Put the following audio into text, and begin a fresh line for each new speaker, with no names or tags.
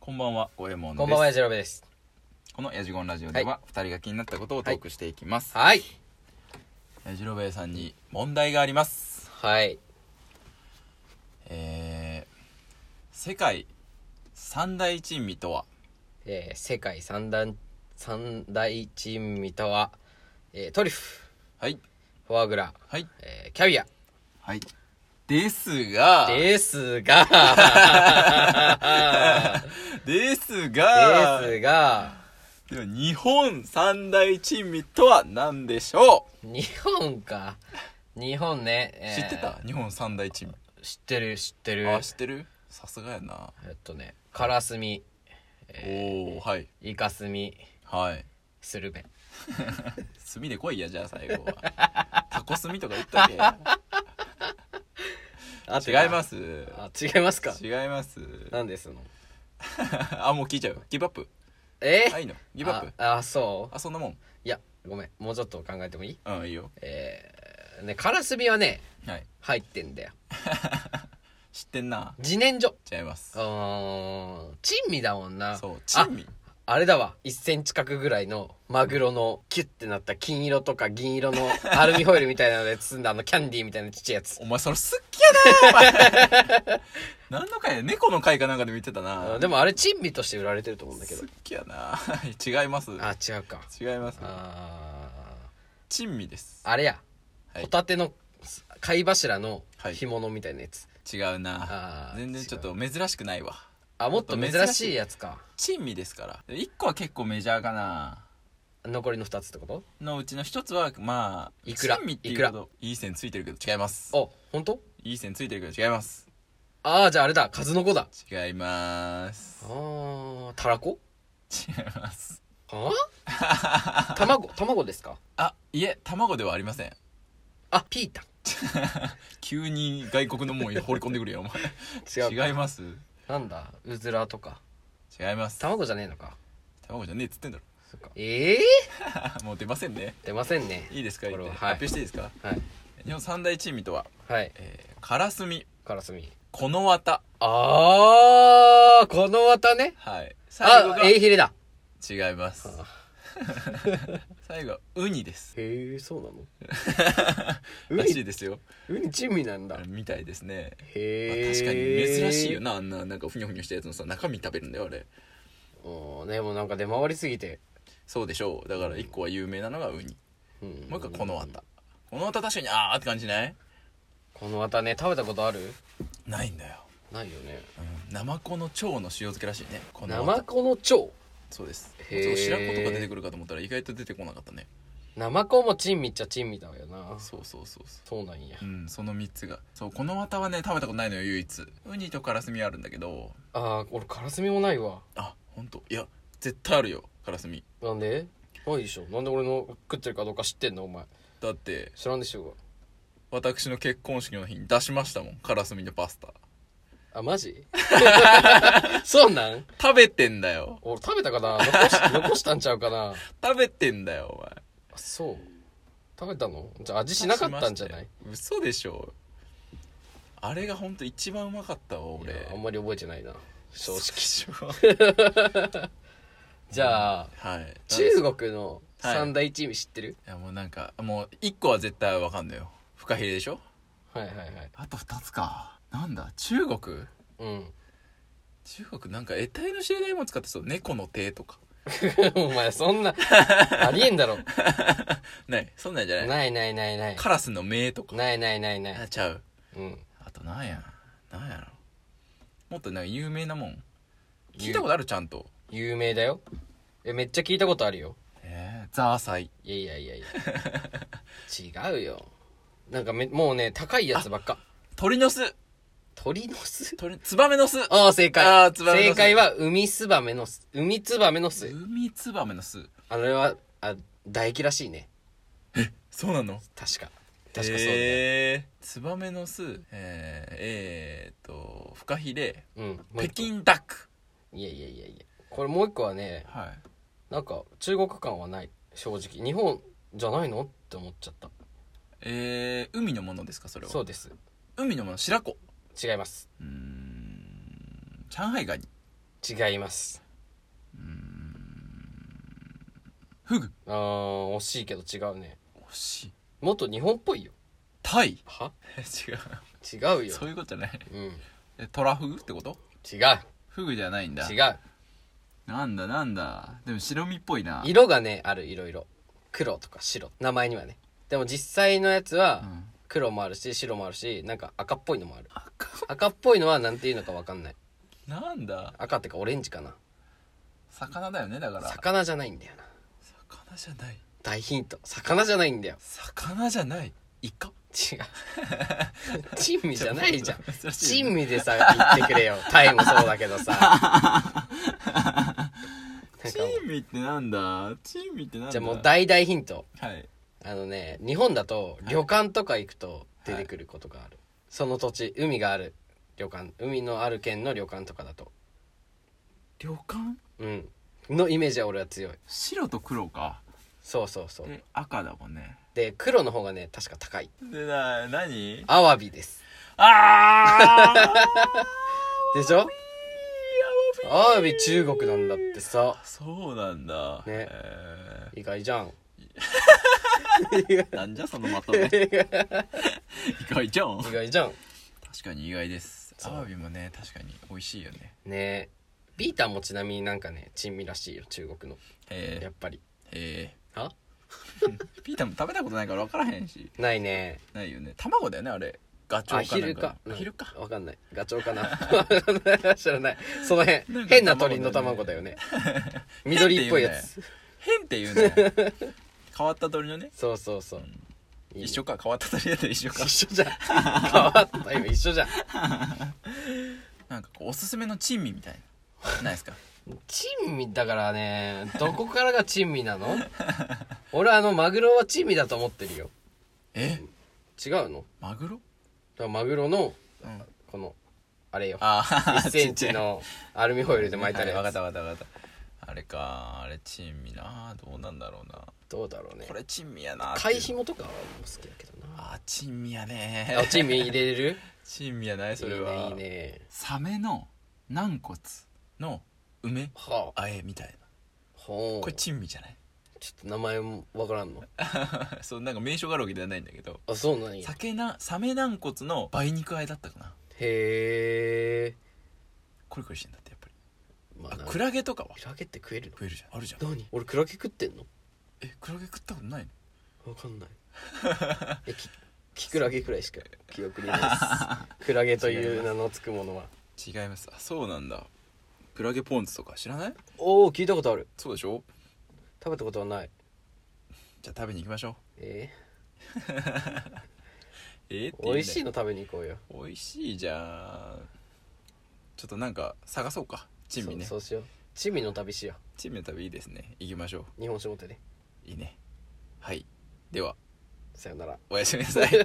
こんばんは、五右衛門です。
こんばんは、やじろべです。
このヤジゴンラジオでは、二人が気になったことをトークしていきます。
はい。
ヤジロベえさんに問題があります。
はい。
えー、世界三大珍味とは
えー、世界三大、三大珍味とは、えー、トリュフ、
はい。
フォアグラ、
はい。
えー、キャビア。
はい。ですが、
ですが、
ですが、
ですが、
では日本三大珍味とは何でしょ
日本か。日本ね。
う、
えー
知ってた日本三大珍味。
知ってる、知ってる。
あ、知ってるさすがやな。
えっとね、カラスミ、
おー、はい。
イカスミ、
はい。
スルメ。
炭で来いやじゃあ最後はタコ炭とか言ったっ
あ。
け違いますす
あ、違いますか
違います
なんですの
あもう聞いちゃうギブアップ
え
あいいのギブアップ
ああ、そう
あそんなもん
いや、ごめん。もうちょっと考えてもいい
うんいいよ
えー、ね、カラスミはね、
はい
入ってんだよ。
知ってんな
自然薯。
違います
うーん、珍味だもんな。
そう珍味
あ。あれだわ。1センチ角ぐらいのマグロのキュッてなった金色とか銀色の アルミホイルみたいなので包んだあのキャンディーみたいなちっちゃいやつ。
お前それ好きやなお前 何の回や猫の回かなんかで見てた
あ
な
ーでもあれ珍味として売られてると思うんだけど
好。きやな 違います
あ、違うか。
違います
あ
珍味です
ーあれや。
はい
ホタテの貝柱の干物みたいなやつ。
違うな
あー
全然ちょっと珍しくないわ
あ、もっと珍しいやつか。
珍味ですから1個は結構メジャーかな
残りの2つってこと
のうちの一つはまあ
いくら
珍味っていうほどいい線ついてるけど違います
お、本当？
いい線ついてるけど違います
ああ、じゃああれだ。数の子だ。
違います
あー、たらこ
違います
はあ 卵、卵ですか
あいえ卵ではありません
あ、ピータ
急に外国のもん放り込んでくるよお
ン。
前違い
す。
ます
なんだうずらとか。
違います
卵じゃねえのか。
卵じゃねえっつってんだ
そっか。ええ
ろもう出ませんね
出ませんね。
いいですか言って
これは
発
はい
表していいですか
はい。
日本三大珍味とは
はい。
えーカラスミ
カラスミ。
このわた
あー、この綿ね。
はい最後
あ
が、
エイヒレだ。
違います
あ
最後はウニです
へえ、 そうなのウ
らしい
ニ、
ですよ
ウニ珍味なんだ。
みたいですねまあ
へえ。
確かに珍しいよ。なあんななんかふにょふにょしたやつのさ中身食べるんだよあれ
おーでもなんか出回りすぎて。
そうでしょうだから1個は有名なのがウニ
うん
もう1個このわたこのわた確かにあーって感じない
この綿ね、食べたことある
ないんだよ、
ないよね。
うん、ナマコの腸の塩漬けらしいねこのわ
生
た
子の腸
そうです
へー
そう白子とか出てくるかと思ったら意外と出てこなかったね
生子も珍味っちゃ珍味だよな
そうそうそうそ
そうなんや
ううんその3つがそうこのわたはね食べたことないのよ唯一ウニとカラスミあるんだけど
あー俺カラスミもないわ
あ本当いや絶対あるよカラスミ
なんでないでしょなんで俺の食ってるかどうか知ってんのお前
だって
知らんでしょうが
私の結婚式の日に出しましたもんカラスミのパスタ
あマ ジそうなん
食べてんだよ
俺食べたかな残し残したんちゃうかなあ
食べてんだよお前
そう食べたのじゃあ味しなかったんじゃない
嘘でしょあれが本当一番うまかったわ俺
いやあんまり覚えてないな正直
正直
じゃあ
はいい
中国の
はい
三大珍味知ってる、
やもうなんかもう一個は絶対わかんないよフカヒレでしょ
はい、はいはいはい
あと二つかなんだ中国
うん
中国なんか得体の知れないもん使ってそう猫の手とか
お前そ んなありえんだろ
ないそんなんじゃない
ないないないない
カラスの目とか
ないないないない
あちゃう
うん
あとなんやなんやろもっとなんか有名なもん聞いたことあるちゃんと
有名だよえめっちゃ聞いたことあるよ
えー、ザーサイ
いやいやいや いや違うよなんかめもうね高いやつばっか
鳥の巣
鳥の巣
鳥ツバメの巣
ああ正解
あーツバメの巣
正解は海ツバメの巣海ツバメの巣
海ツバメの巣
あれはあ唾液らしいね
そうなの
確か確かそうだよ、
えー、ツバメの巣えー、えー、っとフカヒレ
うんもう
北
一個
京ダック
いやいやいやいやこれもう一個はね
はい
なんか中国感はない正直日本じゃないのって思っちゃった
えー、海のものですかそれは
そうです
海のもの白子
違います
うーん上海ガニ
違違います
フグ
あー惜しいけど違うね
惜しい
もっと日本っぽいよ
タイ
は
違う
違う よ
そういうことじゃない
うん違う
えトラフグってことフグじゃないんだ
違う
なんだなんだでも白身っぽいな
色がねあるいろいろ黒とか白名前にはねでも実際のやつは
うん
黒もあるし白もあるしなんか赤っぽいのもある
赤
赤っぽいのはなんていうのかわかんない
なんだ
赤ってかオレンジかな
魚だよねだから
魚じゃないんだよな
魚じゃない
大ヒント魚じゃないんだよ
魚じゃないイカ
違う珍味じゃないじゃん
珍しいよね
珍味でさ言ってくれよタイもそうだ けどさなん
チ
かもう
ーミーってなんだチーミーってなんだ
じゃあもう大大ヒント
はい
あのね日本だと旅館とか行くと出てくることがある、その土地海がある旅館海のある県の旅館とかだと
旅館
うんのイメージは俺は強い
白と黒か
そうそうそう
で赤だもんね
で黒の方がね確か高い
でな何
アワビです
あ ー
でしょアワビ中国なんだってさ
そうなんだ
ね
え
意外じゃん
ーなんじゃそのまと め意外じゃん
意外じゃん
確かに意外です
そ
ア
う
ワビもね確かに美味しいよね
ねビータンもちなみになんかね珍味らしいよ中国の
へえ
やっぱり
へ
あ
えピータンも食べたことないから分からへんし
ないね
ないよね卵だよねあれガチ
あ
ョウかなん
昼
か
か
アヒルか
わかんないガチョウかな 知らないその
なんか
辺変な鳥の卵だよね 緑っぽいやつ、
変って言う ね変わった鳥のね
そうそうそういいね
一緒か変わった鳥だったら一緒か
一緒じ ゃん変わった今一緒じゃん
なんかこうおすすめの珍味みたいなないですか
珍味だからねどこからが珍味 なの俺あのマグロは珍味だと思ってるよ
え
違うの
マグロ
だからマグロの
うん
このあれよ
あ
1センチのアルミホイルで巻いた
は
ら
いわかったわかったわかったあれかあれ珍味などうなんだろうな
どうだろうね
これ珍味やな
貝ひもとかは好きだけどな
あ珍味やね
あ珍味入れれる
珍味やないそれはい
いねいいね
サメの軟骨の梅
はあ
あえみたいな
ほ
こ
う
れ珍味じゃない
ちょっと名前もわからんの
そうなんか名称があるわけではないんだけど
あそうなんや
魚サメ軟骨の梅肉あえだったかな
へえ
コリコリしてんだってやっぱり
ま
あ
あ
ク
クラ
ラゲとかは
クラゲって食えるの
食えるじゃんあるじゃん
何俺クラゲ食ってんの
えクラゲ食ったことないの
わかん ないえきキクラゲくらいしか記憶にない ですクラゲという名のつくものは
違いますあそうなんだクラゲポン酢とか知らない
おお聞いたことある
そうでしょ
食べたことはない
じゃあ食べに行きましょう
え
えー、って
ー、美味しい
の
の食べに行こうよ
美味しいじゃんちょっとなんか探そうか珍味ね
そうそうしよう珍味の旅しよ
珍味の旅いいですね行きましょ
う日本酒持ってね
ういいねはいでは
さよなら
おやすみなさい